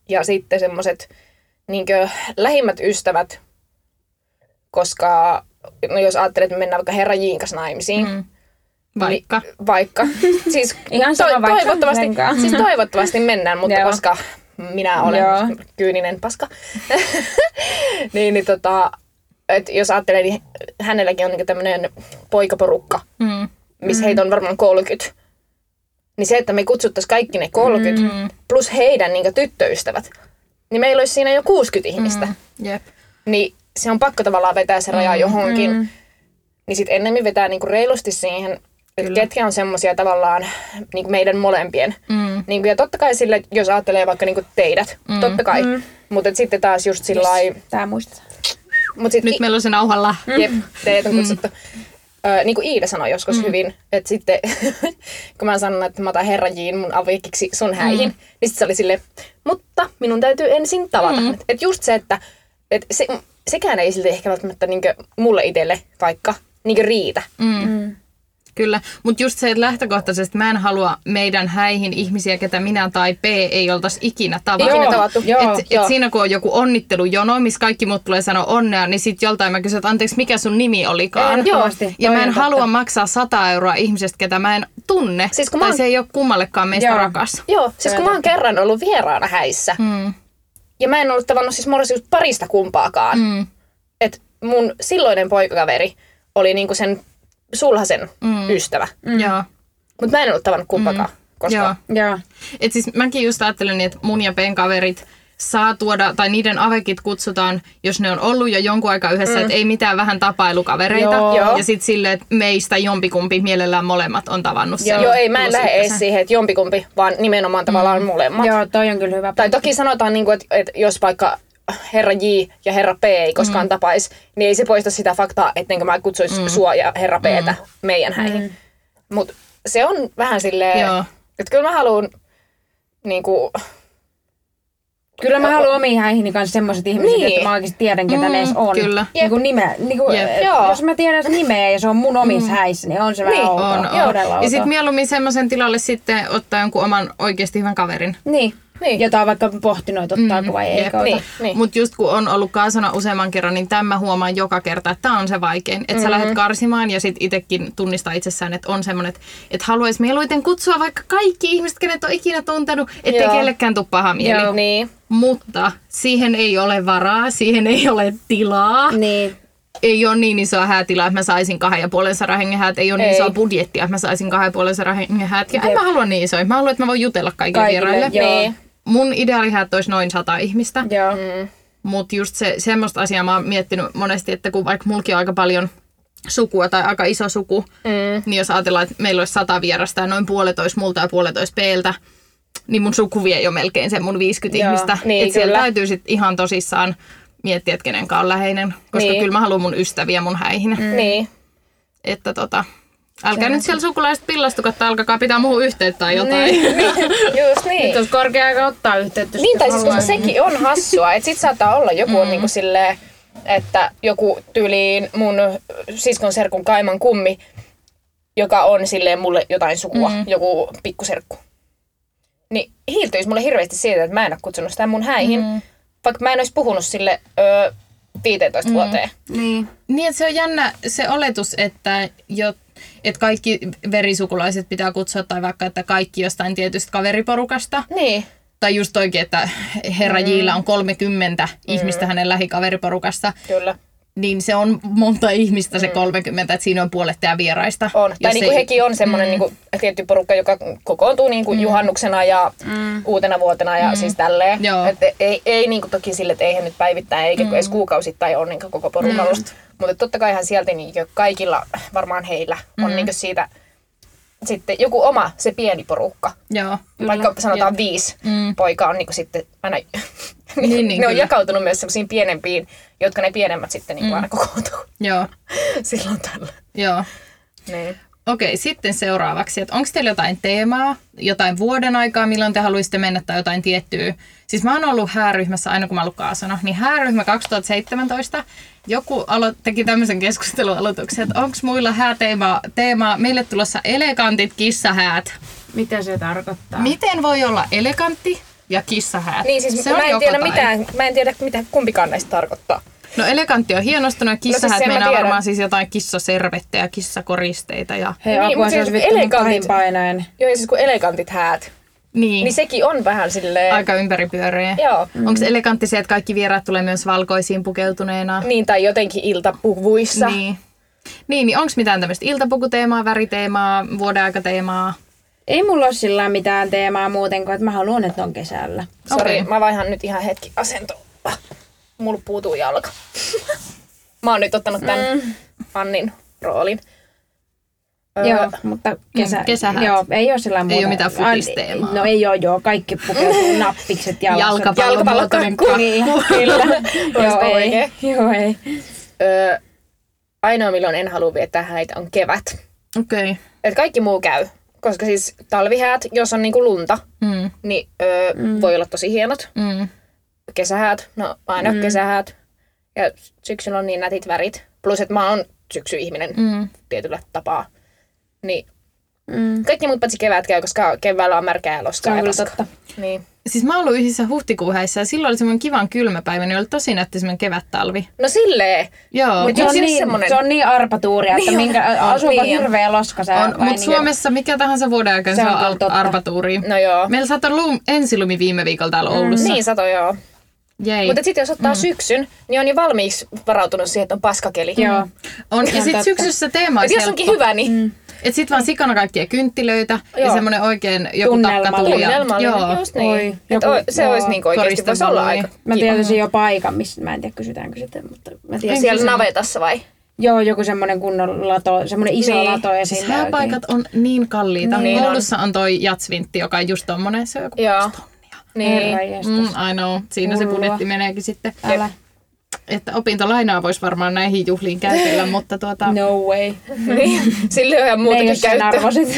Ja sitten semmoset niinku lähimmät ystävät. Koska no jos ajattelet, että me mennään vaikka herra Jiin kanssa naimisiin. Mm.
vaikka.
Vaikka. Siis,
Ihan sama vaikka.
toivottavasti,
Sen kanssa.
siis toivottavasti mennään, mutta
Joo.
koska minä olen
Joo.
kyyninen paska, niin, niin tota, et jos ajattelee, niin hänelläkin on niinku tämmöinen poikaporukka,
Mm,
missä mm. heitä on varmaan 30. Niin se, että me kutsuttaisiin kaikki ne 30 mm. plus heidän niinku tyttöystävät, niin meillä olisi siinä jo 60 ihmistä. Mm.
jep.
Niin se on pakko tavallaan vetää se raja johonkin. Mm. Niin sitten ennemmin vetää niinku reilusti siihen, että ketkä on semmoisia tavallaan niinku meidän molempien
Mm,
niin kuin, ja totta kai sille, jos ajattelee vaikka niin kuin teidät, mm. totta kai. Mm. Mutta sitten taas just sillä yes.
Tää muistetaan.
mut sit,
nyt meillä on se nauhalla.
jep, teidät on kutsuttu. Ö, niin kuin Iida sanoi joskus mm. hyvin, että sitten kun mä sanon, että mä otan herrajiin mun avikiksi sun häihin, mm. niin sitten se oli sille, mutta minun täytyy ensin tavata. Mm. Että et just se, että et se, sekään ei silti ehkä välttämättä niin mulle itselle vaikka niin riitä.
Mm.
Mm.
Kyllä, mutta just se, että lähtökohtaisesti mä en halua meidän häihin ihmisiä, ketä minä tai P ei oltaisi ikinä tavattu.
Ikinä
Joo,
tavattu.
joo.
Et, et siinä kun on joku onnittelujono, missä kaikki muut tulee sanoa onnea, niin sitten joltain mä kysyn, että anteeksi, mikä sun nimi olikaan?
Ehdottomasti.
Ja
Toi
mä en
on totta.
halua maksaa 100 euroa ihmisestä, ketä mä en tunne.
Siis kun mä
tai
oon-
se ei ole kummallekaan meistä
Joo.
rakas.
Joo, siis kun mä oon kerran ollut vieraana häissä,
Mm.
ja mä en ollut tavannut siis morsius parista kumpaakaan.
Mm.
Et mun silloinen poikakaveri oli niinku sen sulhasen mm. ystävä.
Mm. Joo.
Mutta mä en ollut tavannut kumpaakaan mm.
Joo.
koskaan.
Joo.
Et siis mäkin just ajattelen, että mun ja Pen kaverit saa tuoda, tai niiden avekit kutsutaan, jos ne on ollut jo jonkun aikaa yhdessä, mm. että ei mitään vähän tapailukavereita.
Joo.
Joo.
Ja sitten silleen, että meistä jompikumpi mielellään molemmat on tavannut sen.
Joo, ei, mä en lähde edes
kuusikymppisenä.
siihen, että jompikumpi, vaan nimenomaan tavallaan molemmat.
Joo, toi on kyllä hyvä.
Tai toki sanotaan, niin kuin, että, että jos vaikka herra J ja herra P ei koskaan mm. tapaisi, niin ei se poista sitä faktaa, ettenkö mä kutsuisi mm. sua ja herra Ptä mm. meidän häihin. Mm. Mutta se on vähän
Joo.
silleen, että kyllä mä haluan niin kuin,
Kyllä mä haluan omiin häihini kanssa semmoiset ihmiset,
Niin.
että mä oikeasti tiedän, ketä mm, ne on.
kyllä.
Niin kuin nimeä. Niin kuin,
Jep.
äh,
Joo.
jos mä tiedän sen nimeä ja se on mun omissa mm. häissä, niin on se vähän
Niin,
outoa.
On, on.
Todella
Ja
outoa.
sitten mieluummin semmoisen tilalle sitten ottaa jonkun oman oikeasti hyvän kaverin.
Niin.
Niin.
niin. Jota on vaikka pohtinut, että ottaako vai ei.
Jep.
ota.
Niin, niin.
Mutta just kun on ollut kaasana useamman kerran, niin tämä huomaan joka kerta, että tämä on se vaikein. Että
Mhm.
mm-hmm. sä lähdet karsimaan ja sitten itsekin tunnistaa itsessään, että on semmoinen, että haluaisi mieluiten kutsua vaikka kaikki ihmiset, kenet on ikinä tuntenut, ettei
Joo.
kellekään tule paha mieli.
Joo. Niin.
Mutta siihen ei ole varaa, siihen ei ole tilaa.
Mm.
Niin.
Ei ole niin isoa häätilaa, että mä saisin kahden ja puolen sadan hengen häät. Ei ole
Ei.
niin isoa budjettia, että mä saisin kahden ja puolen sadan hengen häät. Ja en mä halua niin isoja. Mä haluan, että mä voin jutella kaikille,
Kaikille,
vieraille.
joo.
Niin.
Mun ideaalihäät olisi noin sata ihmistä.
Joo.
Mutta just se, semmoista asiaa mä oon miettinyt monesti, että kun vaikka mulki on aika paljon sukua tai aika iso suku, mm. niin jos ajatellaan, että meillä olisi sata vierasta ja noin puolitoista multa ja puolitoista peeltä, niin mun suku vie jo melkein sen mun 50
Joo,
ihmistä.
niin,
että siellä
kyllä.
täytyy sitten ihan tosissaan miettiä, että kenenkä on läheinen, koska
Niin.
niin. kyllä mä haluan mun ystäviä mun häihin. Mm.
Niin.
Että tota, älkää nyt siellä sukulaiset pillastukat tai alkakaa pitää muuhun yhteyttä tai jotain.
Just niin.
Jos korkea aika ottaa yhteyttä.
Niin, tai siis koska sekin on hassua, että sit saattaa olla joku on niinku silleen, että joku tyyliin mun siskon serkun kaiman kummi, joka on silleen mulle jotain sukua, mm. joku pikkuserkku. Niin hiiltyisi mulle hirveästi siitä, että mä en ole kutsunut sitä mun häihin, mm. vaikka mä en olisi puhunut sille ö, 15 mm. vuoteen.
Niin.
Niin, että se on jännä se oletus, että, jo, että kaikki verisukulaiset pitää kutsua tai vaikka, että kaikki jostain tietystä kaveriporukasta.
Niin,
Tai just oikein, että herra mm. Jillä on 30 mm. ihmistä hänen lähikaveriporukassa.
kyllä.
Niin se on monta ihmistä se 30, että siinä on puolet tää vieraista.
Mm. On. tai
Jos
niinku
ei-
hekin on semmoinen niinku, tietty porukka, joka kokoontuu niinku juhannuksena ja mm. uutena vuotena ja siis tälleen.
Joo.
Et ei, ei niinku toki sille, että eihän nyt päivittäin eikä mm. edes kuukausittain ole niinku koko porukalla. Mm. Mutta totta kaihan sieltä niinku kaikilla, varmaan heillä, on niinku siitä sitten joku oma se pieni porukka.
Joo.
Vaikka sanotaan viisi mm. poikaa on niinku sitten aina...
Niin, niin,
ne on
kyllä.
jakautunut myös semmoisiin pienempiin, jotka ne pienemmät sitten niinku aina kokoontuu
Joo.
silloin tällä.
Joo.
Niin.
Okei, sitten seuraavaksi, että onko teillä jotain teemaa, jotain vuoden aikaa, milloin te haluaisitte mennä tai jotain tiettyä? Siis mä oon ollut hääryhmässä aina kun mä oon ollut kaasana, niin hääryhmä 2017, joku alo- teki tämmöisen keskustelualoituksen, että onko muilla hääteemaa, teemaa, meille tulossa elegantit kissahäät.
Mitä se tarkoittaa?
Miten voi olla elegantti ja kissahäät?
Niin siis
Se on
mä en
joko
tiedä
tai.
mitään, mä en tiedä mitä kumpikaan näistä tarkoittaa.
No elegantti on hienostunut ja kissahäät no,
sen
siis
mä
meinaa
tiedän.
varmaan siis jotain kissaservettejä, kissakoristeita ja...
Hei,
Niin,
niin, apua,
mut
se olisi
siis
vittu mun
elegantit-
pahin painaen.
Joo ja siis kun elegantit häät,
Niin,
niin sekin on vähän silleen,
aika ympäripyöreä.
joo,
Mm. Onko elegantti se, että kaikki vieraat tulee myös valkoisiin pukeutuneena?
niin tai jotenkin iltapuvuissa. Niin.
Niin. Niin, niin onko mitään tämmöistä iltapukuteemaa, väriteemaa, vuodenaikateemaa?
Ei mulla ole sillä mitään teemaa muuten kuin, että mä haluan, että on kesällä.
Sori,
Okei.
mä vaihan nyt ihan hetki asentoa. Mulla puutuu jalka. mä oon nyt ottanut tämän mm. Annin roolin. Öö,
Joo, mutta kesä,
Mm, kesähät.
Joo, ei ole sillä muuta.
ole mitään futisteemaa.
Ai, No ei ole, joo. Kaikki pukeutuu nappikset ja
Jalkapallomuotoinen
jalkapallokakku.
Niin,
Kyllä.
joo,
Olisiko
ei.
oikein?
Joo, ei.
Öö, ainoa milloin en halua viettää häitä on kevät.
Okei. Okay.
Et kaikki muu käy. Koska siis talvihäät, jos on niinku lunta,
Mm,
niin öö, mm. voi olla tosi hienot.
mm,
kesähäät, no aina mm. kesähäät. Ja syksyllä on niin nätit värit. Plus, että mä oon syksyihminen mm.
mm.
tietyllä tapaa. Niin
Mm.
kaikki muut paitsi kevät käy, koska keväällä on märkää ja
Se
loskaa
on
ja
kyllä
paskaa.
totta.
Niin.
Siis mä oon ollut yhdessä huhtikuun häissä ja silloin oli semmoinen kivan kylmä päivä, niin oli tosi nätti semmoinen kevät-talvi.
No silleen.
Joo,
Mut
Se on,
Jos
niin,
semmonen-
se on niin arpatuuria, että
Niin on.
minkä,
On,
asuuko
niin on.
hirveä loska se
on, mutta Suomessa mikä tahansa vuoden aikana
niin
se
Se on
on
kyllä
al-
totta.
arpatuuri.
No joo.
Meillä saattoi olla lum- ensilumi viime viikolla täällä
Mm.
Oulussa.
Niin sato joo.
Niin.
Jei.
Mutta sitten jos ottaa mm. syksyn, niin on jo valmiiksi varautunut siihen, että on paskakeli.
Joo.
on, ja
Ihan
sitten
totta.
syksyssä teema
Et
olisi
jos onkin hyvä, niin mm.
Et sit vaan sikana kaikkia kynttilöitä ja
Joo.
semmoinen oikein joku
Tunnelma.
takkatuli. ja-
tunnelmallinen.
Joo.
Just niin.
Oi,
Et
joku-
o- se
joo.
olisi niin oikeasti, voisi olla
Koristevaloja.
aika.
Mä tietäisin jo paikan, missä, mä en tiedä kysytäänkö sitä, mutta mä
Ja
tiedän.
siellä navetassa vai?
Joo, joku semmoinen kunnon lato, semmoinen iso
Niin.
lato ja
Siis
siinä
hääpaikat on niin kalliita.
Niin on.
Oulussa on. toi jatsvintti, joka on just tommonen. Se on joku
Joo. Niin.
Herra
Mm,
mm.
I know. Siinä se
Hullua.
budjetti meneekin sitten.
Älä.
Että opintolainaa voisi varmaan näihin juhliin käytellä, mutta tuota,
No way.
niin. Sille on ihan
Ne ei ole
muutakin
sen
käyttöä.
arvoiset.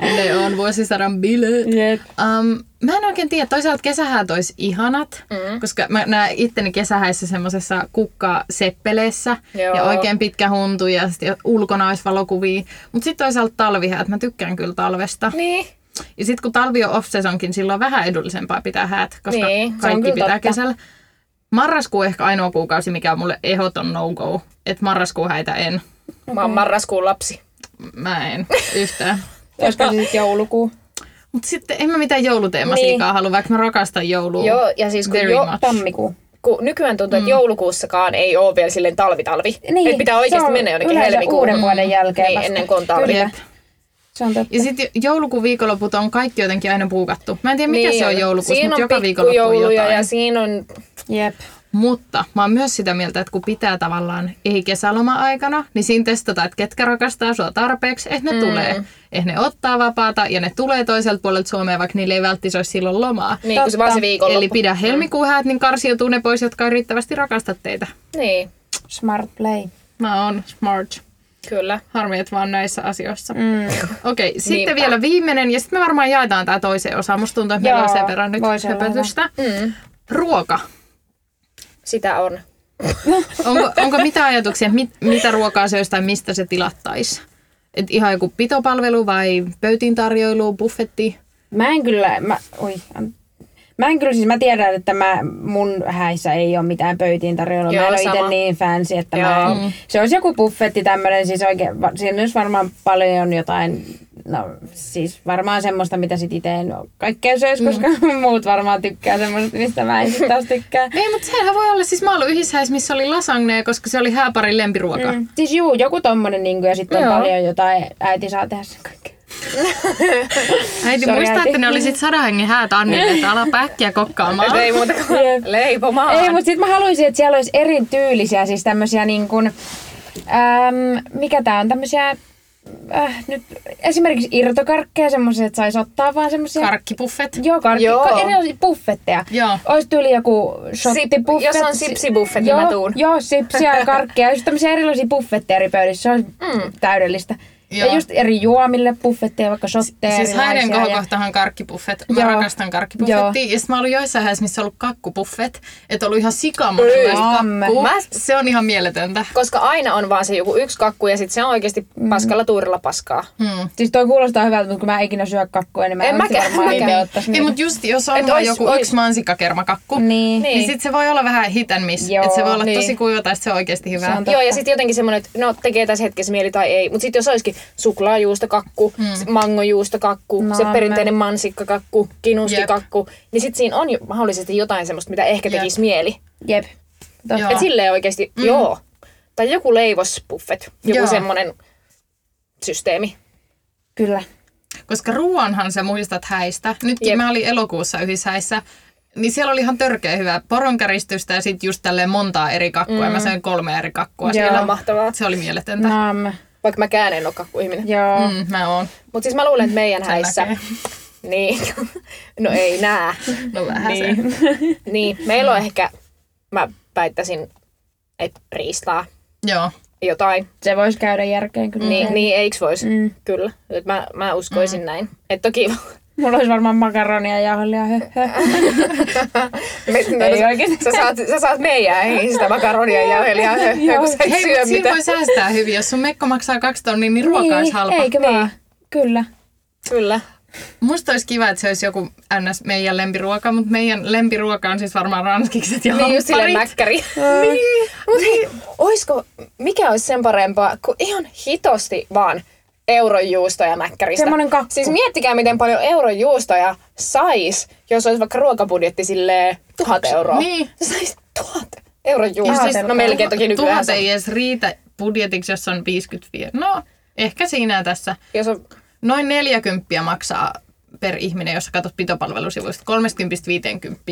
ne on vuosisadan bileet.
Jep.
Um, mä en oikein tiedä. Toisaalta kesähäät olisi ihanat, mm. koska mä näen itteni kesähäissä semmoisessa kukkaseppeleessä
Joo.
ja oikein pitkä huntu ja sitten ulkona olisi valokuvia. Mutta sitten toisaalta talvihäät, mä tykkään kyllä talvesta.
Niin.
Ja sitten kun talvi on off-sesonkin, silloin on vähän edullisempaa pitää häät, koska
Niin, se on
kaikki
kyllä
pitää
totta.
kesällä. Marraskuu ehkä ainoa kuukausi, mikä on mulle ehdoton no-go. Että marraskuu häitä en.
Mä oon marraskuun lapsi.
Mä en yhtään.
Olisiko se sitten joulukuu?
Mutta sitten en mä mitään jouluteemasta
Niin.
niin. halua, vaikka mä rakastan joulua.
Oh.
Joo, ja siis kun,
Very
jo,
much.
Tammikuu.
kun nykyään tuntuu, että joulukuussakaan ei ole vielä silleen talvitalvi. Niin, että pitää
Mm. se
oikeasti
on
mennä jonnekin
yleensä
helmikuun.
uuden vuoden jälkeen
Niin,
vasta.
ennen kuin on talvi.
Kyllä,
Jep.
se on totta.
Ja sitten joulukuun viikonloput on kaikki jotenkin aina puukattu. Mä en tiedä, mikä se on joulukuussa,
Niin, Siinä
mutta
on
joka viikonloppu on
pikkujouluja
jotain.
ja siinä on...
Jep.
Mutta mä oon myös sitä mieltä, että kun pitää tavallaan ei kesäloma-aikana, niin siinä testataan, että ketkä rakastaa sua tarpeeksi, että ne mm. tulee. Että ne ottaa vapaata ja ne tulee toiselta puolelta Suomea, vaikka niille ei välttis olisi silloin lomaa.
Niin, kun se
Totta.
vaan se viikonloppu. Mm.
Eli pidä helmikuun häät, niin karsiutuu ne pois, jotka ei riittävästi rakasta teitä.
Niin,
Smart play.
Mä oon smart.
kyllä.
Harmi, että vaan näissä asioissa.
Mm.
Okei, okay, sitten
Niinpä.
vielä viimeinen, ja sitten me varmaan jaetaan tämä toiseen osaan. Musta tuntuu, että meillä on
Joo,
sen verran nyt
voisi olla
höpötystä.
Mm.
Ruoka.
Sitä on.
Onko, onko mitä ajatuksia, mit, mitä ruokaa se olisi tai mistä se tilattaisi? Et ihan joku pitopalvelu vai pöytiin tarjoilu, buffetti?
Mä en kyllä, mä, oi, an- mä en kyllä siis, mä tiedän, että mä, mun häissä ei ole mitään pöytiin tarjolla.
Joo,
mä en ole
sama.
itse niin fancy, että mä
Joo.
en, Se olisi joku buffetti tämmöinen, siis oikein, va, siinä olisi varmaan paljon jotain, no siis varmaan semmoista, mitä sit itse en ole kaikkea söisi, koska muut varmaan tykkää semmoista, mistä mä en sit taas tykkää.
Ei, mutta sehän voi olla. Siis mä olin yhdessä, missä oli lasagne, koska se oli hääparin lempiruoka. Mm.
Mm. Siis juu, joku tommonen niinku, ja sitten on
Joo.
paljon jotain, äiti saa tehdä sen kaikkea.
Äiti,
Sori,
muista,
äiti.
että ne oli sit sadan hengen häät Annille, että ala päkkiä kokkaamaan.
Ei muuta kuin
Ah. Jep.
leipomaan.
Ei, mutta sitten mä haluaisin, että siellä olisi erityylisiä, siis tämmöisiä niin kuin, äm, mikä tää on, tämmöisiä, äh, nyt esimerkiksi irtokarkkeja, semmoisia, että saisi ottaa vaan semmoisia.
Karkkipuffet.
Joo, karkki,
Joo.
Joo. erilaisia buffetteja.
Joo.
Olisi tyyli joku
Sip-
shottibuffet.
jos on sipsibuffet, niin
joo,
mä tuun.
Joo, sipsiä ja karkkeja. Just tämmöisiä erilaisia buffetteja eri pöydissä. Se on mm. täydellistä. Joo.
Joo.
Ja just eri juomille buffetteja, vaikka shotteja
Siis häiden
erilaisia. ja-
kohokohtahan karkkipuffet. Mä
Joo.
rakastan karkkipuffettia. Ja sitten mä olin joissain häissä, missä on ollut kakkupuffet. Että ollut ihan
Ei,
sikamonenlaista
amme.
kakkua.
Mä-
Se on ihan mieletöntä.
Koska aina on vaan se joku yksi kakku ja sitten se on oikeasti
Mm.
paskalla tuurilla paskaa.
Hmm.
Siis toi kuulostaa hyvältä, mutta kun mä en ikinä syö kakkuja, niin mä
En
en, en
mäkään,
varmaan
mäkään.
itse ottaisi
Ei,
niitä.
mutta Niin, just jos on
Et
vaan
ois-
joku
ois-
yksi mansikkakermakakku, niin,
Niin.
Niin.
niin sitten se voi olla vähän hit and miss.
Joo,
Että se voi olla
niin.
tosi kuiva tai sit se on oikeasti hyvä.
Se on
Joo, ja
Totta.
sitten jotenkin semmoinen, että no tekee tässä hetkessä mieli tai ei. Mutta sitten jos olisikin suklaajuustokakku, mm. mangojuustokakku,
No,
no, se
mä-
perinteinen mansikkakakku, kinustikakku, niin sitten siinä on jo mahdollisesti jotain semmoista, mitä ehkä
Jep.
tekisi mieli.
Jep. Totta.
Joo.
Et silleen oikeasti, mm. joo. Tai joku leivospuffet, joku
Joo.
semmoinen systeemi.
Kyllä.
Koska ruoanhan sä muistat häistä. Nytkin
Jep.
mä olin elokuussa yhdessä häissä. Niin siellä oli ihan törkeä hyvää poronkäristystä ja sitten just tälleen montaa eri kakkua. Mm. Mä söin kolme eri kakkua.
Joo.
siellä.
Ihan mahtavaa.
Se oli mieletöntä. No.
Nam.
Vaikka mä en ole kakkuihminen.
Joo.
Mm, mä oon.
Mutta siis mä luulen, että meidän
Sen
häissä...
näkee.
Niin. No ei nää.
No vähän niin.
niin. niin. Meillä on ehkä, mä väittäisin, että riistaa
Joo.
jotain.
Se voisi käydä järkeen kyllä.
Niin, niin eiks vois?
Mm.
Kyllä. Et mä, mä uskoisin mm. näin. Et toki
Mulla olisi varmaan makaronia ja jauhelia. Hö, hö.
Me,
Ei oikeesti.
Sä saat, sä saat meidän, ei sitä makaronia ja jauhelia, kun sä et
Hei,
syö
mutta siinä
mitään.
voi säästää hyvin. Jos sun mekko maksaa kaksi tonnia, niin ruoka olisi halpa.
Eikö vaan? Kyllä.
Kyllä.
Musta olisi kiva, että se olisi joku ns. meidän lempiruoka, mutta meidän lempiruoka on siis varmaan ranskikset ja
Niin just silleen
hampparit.
mäkkäri. niin. Mut hei, oisko, mikä olisi sen parempaa, kuin ihan hitosti vaan eurojuustoja mäkkäristä.
Semmonen kakku.
Siis miettikää, miten paljon eurojuustoja sais, jos olisi vaikka ruokabudjetti silleen tuhat euroa.
Niin.
Sä sais tuhat eurojuustoja.
Ihan
no
tervetuloa.
melkein toki nykyään.
Tuhat
se on-
ei edes riitä budjetiksi, jos on 55. No, ehkä siinä ja tässä.
Jos on
Noin 40 maksaa per ihminen, jos sä katsot pitopalvelusivuista.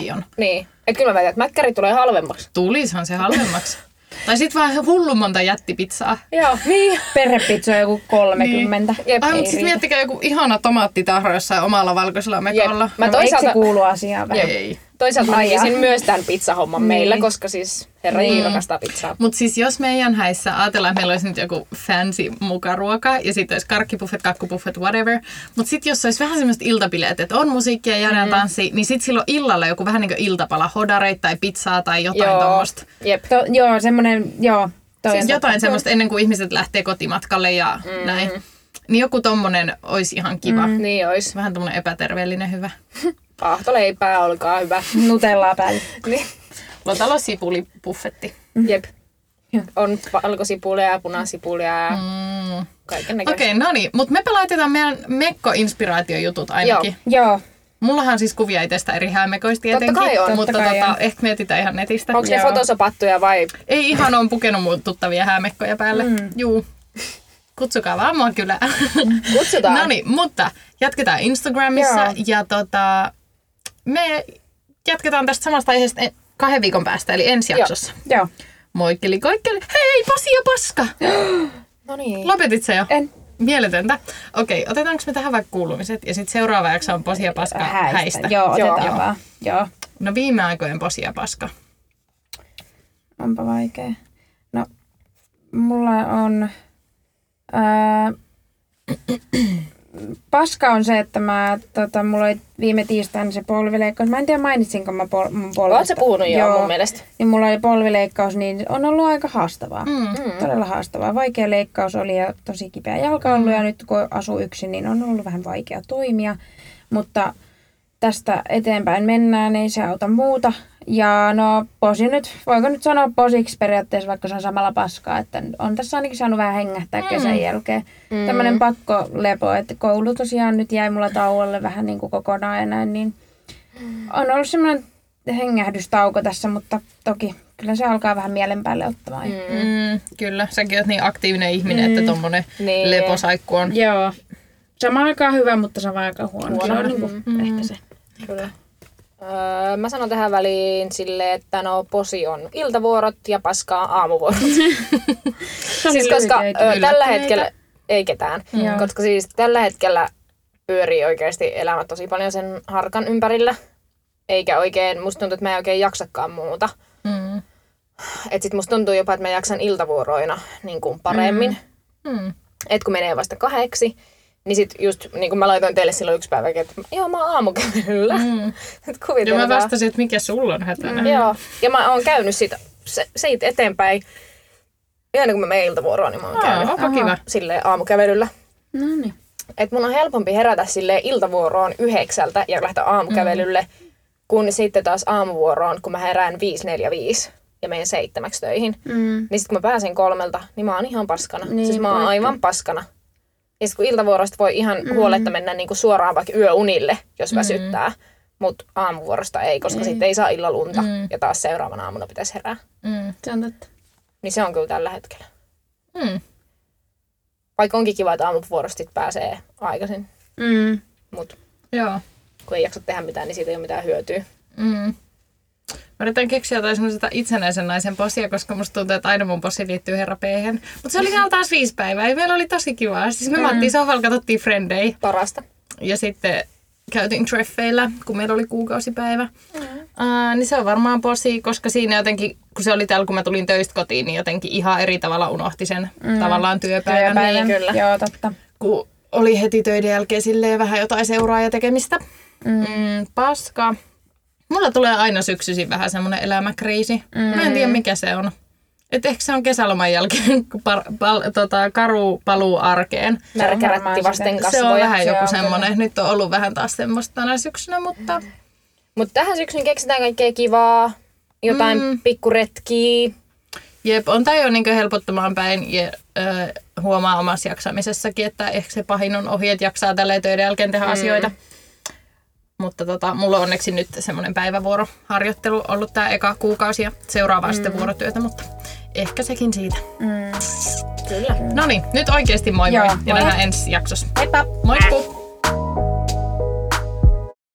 30-50 on.
Niin. Et kyllä mä väitän, että mäkkäri tulee halvemmaksi.
Tulishan se halvemmaksi. tai sitten vaan hullu monta jättipizzaa.
Joo. Niin.
Perhepizza on joku 30.
Jep.
Ai, mutta
Ei
sitten
riitä.
miettikää joku ihana tomaattitahra jossain omalla valkoisella mekolla.
Mä
Mä toisaalta... Eikö se
toisaalta,
kuulu asiaan vähän?
Ei.
toisaalta mä
Ai jaa.
näkisin myös tämän pizzahomman
Niin.
meillä, koska siis herra Iiro kastaa pizzaa.
Mutta siis jos meidän häissä ajatellaan, että meillä olisi nyt joku fancy mukaruoka ja sitten olisi karkkipuffet, kakkupuffet, whatever. Mutta sitten jos olisi vähän semmoista iltabileet, että on musiikkia ja mm. tanssi, niin sitten silloin illalla joku vähän niin kuin iltapala, hodareita tai pizzaa tai jotain tuommoista.
Jep.
To, joo, semmonen, joo. Toi
Siis
on totta.
jotain semmoista ennen kuin ihmiset lähtee kotimatkalle ja mm. näin. Niin joku tommonen olisi ihan kiva. Mm.
Niin ois.
Vähän tommonen epäterveellinen hyvä.
Ahtoleipää, olkaa hyvä.
Nutellaa päälle.
Niin.
Lotalo sipulipuffetti.
Jep. On valkosipulia ja punasipulia ja
Mm.
kaiken näköistä.
Okei, okay, no niin. Mutta me laitetaan meidän mekko-inspiraatiojutut ainakin.
Joo.
Joo.
Mullahan on siis kuvia itsestä eri häämekoista tietenkin,
kai on.
mutta
Totta kai
tota,
on.
ehkä mietitään ihan netistä.
Onko ne
Joo.
fotosopattuja vai?
Ei ihan on pukenut mun tuttavia häämekkoja päälle. Mm. Juu. Kutsukaa vaan mua kyllä.
Kutsutaan.
no niin, mutta jatketaan Instagramissa
Joo.
ja tota, me jatketaan tästä samasta aiheesta eh, kahden viikon päästä, eli ensi
Joo.
jaksossa.
Joo.
Moikkeli koikkeli. Hei, Pasi ja Paska!
No niin.
Lopetit se jo?
En.
Mieletöntä. Okei, otetaanko me tähän vaikka kuulumiset ja sitten seuraava jakso on Posi ja Paska Äh, häistä.
Häistä. Joo,
Joo.
otetaan
Joo.
vaan. Joo.
No viime aikojen Posi ja Paska.
Onpa vaikea. No, mulla on... Ää, paska on se, että mä, tota, mulla oli viime tiistaina se polvileikkaus. Mä en tiedä mainitsinko mä pol, mun polvesta.
Oot sä puhunut jo mun mielestä?
Niin mulla oli polvileikkaus, niin on ollut aika haastavaa. Mm. Todella haastavaa. Vaikea leikkaus oli ja tosi kipeä jalka ollut. Ja nyt kun asuu yksin, niin on ollut vähän vaikea toimia. Mutta tästä eteenpäin mennään, ei se auta muuta. Ja no posi nyt, voiko nyt sanoa posiksi periaatteessa, vaikka se on samalla paskaa, että on tässä ainakin saanut vähän hengähtää mm. kesän jälkeen. Mm. Tämmöinen pakkolepo, että koulu tosiaan nyt jäi mulla tauolle vähän niin kuin kokonaan ja näin, niin on ollut semmoinen hengähdystauko tässä, mutta toki kyllä se alkaa vähän mielen päälle ottamaan. Mm.
Mm, kyllä, säkin oot niin aktiivinen ihminen, mm. että tommonen
Niin.
niin. leposaikku on.
Joo. Samaan aikaan hyvä, mutta samaan aikaan huono. Se on niin kuin mm. ehkä se.
Kyllä. Öö, mä sanon tähän väliin sille, että no posi on iltavuorot ja paskaa aamuvuorot. siis
lyhyitä
koska ö, tällä
yllättyneitä.
hetkellä ei ketään,
Joo.
koska siis tällä hetkellä pyörii oikeasti elämä tosi paljon sen harkan ympärillä. Eikä oikein, musta tuntuu, että mä en oikein jaksakaan muuta.
Mm.
Et sit musta tuntuu jopa, että mä jaksan iltavuoroina niin kuin paremmin.
Mm.
Et kun menee vasta kahdeksi, niin sit just niin kuin mä laitoin teille silloin yksi päivä, että joo mä oon aamukävelyllä. Mm. Et
Ja mä
kuvitelkaa.
vastasin, että mikä sulla on hätänä. tota. Mm.
Joo, ja mä oon käynyt siitä, se, siitä eteenpäin. Ja aina kun mä menen iltavuoroon, niin mä oon
Aa,
käynyt
onpa kiva.
sille aamukävelyllä.
No niin.
Et mun on helpompi herätä sille iltavuoroon yhdeksältä ja lähteä aamukävelylle, mm. kun sitten taas aamuvuoroon, kun mä herään 5.45 ja menen seitsemäksi töihin.
Mm.
Niin sit kun mä pääsen kolmelta, niin mä oon ihan paskana. Niin,
Niin,
siis mä oon
poikki.
aivan paskana. Ja sit kun iltavuorosta voi ihan mm. huoletta mennä niinku suoraan vaikka yöunille, jos väsyttää. Mutta aamuvuorosta ei, koska ei. sitten ei saa illalunta. Mm. Ja taas seuraavana aamuna pitäisi herää.
Mm.
Se on totta.
Niin se on kyllä tällä hetkellä.
Mm.
Vaikka onkin kiva, että aamuvuorosta sit pääsee aikaisin.
Mm.
Mutta
Joo.
kun ei jaksa tehdä mitään, niin siitä ei ole mitään hyötyä.
Mm. Mä yritän keksiä jotain semmoisesta itsenäisen naisen posia, koska musta tuntuu, että aina mun posi liittyy herra P-hen. Mutta se oli vielä taas viisi päivää ja meillä oli tosi kivaa. Siis me mm. mattiin sohvalla, katsottiin Friendei.
Parasta.
ja sitten käytiin treffeillä, kun meillä oli kuukausipäivä. Mm. Äh, niin se on varmaan posi, koska siinä jotenkin, kun se oli täällä, kun mä tulin töistä kotiin, niin jotenkin ihan eri tavalla unohti sen mm. tavallaan työpäivän.
Työpäivä.
niin, kyllä.
Joo, totta.
Kun oli heti töiden jälkeen silleen vähän jotain seuraa ja tekemistä. Mm. Mm, paska. Mulla tulee aina syksyisin vähän semmoinen elämäkriisi. Mm. Mä en tiedä mikä se on. Et ehkä se on kesäloman jälkeen kun par, pal, tota, karu paluu arkeen.
varmaan
Närkärätti
sitä.
vasten kasvoja.
se on vähän
se
joku
on
semmoinen. Nyt on ollut vähän taas semmoista tänä syksynä, mutta
Mutta tähän syksyn keksitään kaikkea kivaa, jotain mm. pikkuretkiä.
jep, on tää jo niin helpottamaan päin ja ö, huomaa omassa jaksamisessakin, että ehkä se pahin on ohi, että jaksaa tälleen töiden jälkeen tehdä mm. asioita. Mutta tota, mulla on onneksi nyt semmoinen päivävuoroharjoittelu ollut tämä eka kuukausi ja seuraava mm. sitten vuorotyötä, mutta ehkä sekin siitä.
Kyllä.
Mm.
No niin, nyt oikeasti moi moi
Joo,
ja
moi.
nähdään ensi jaksossa.
Heippa!
Moikkuu!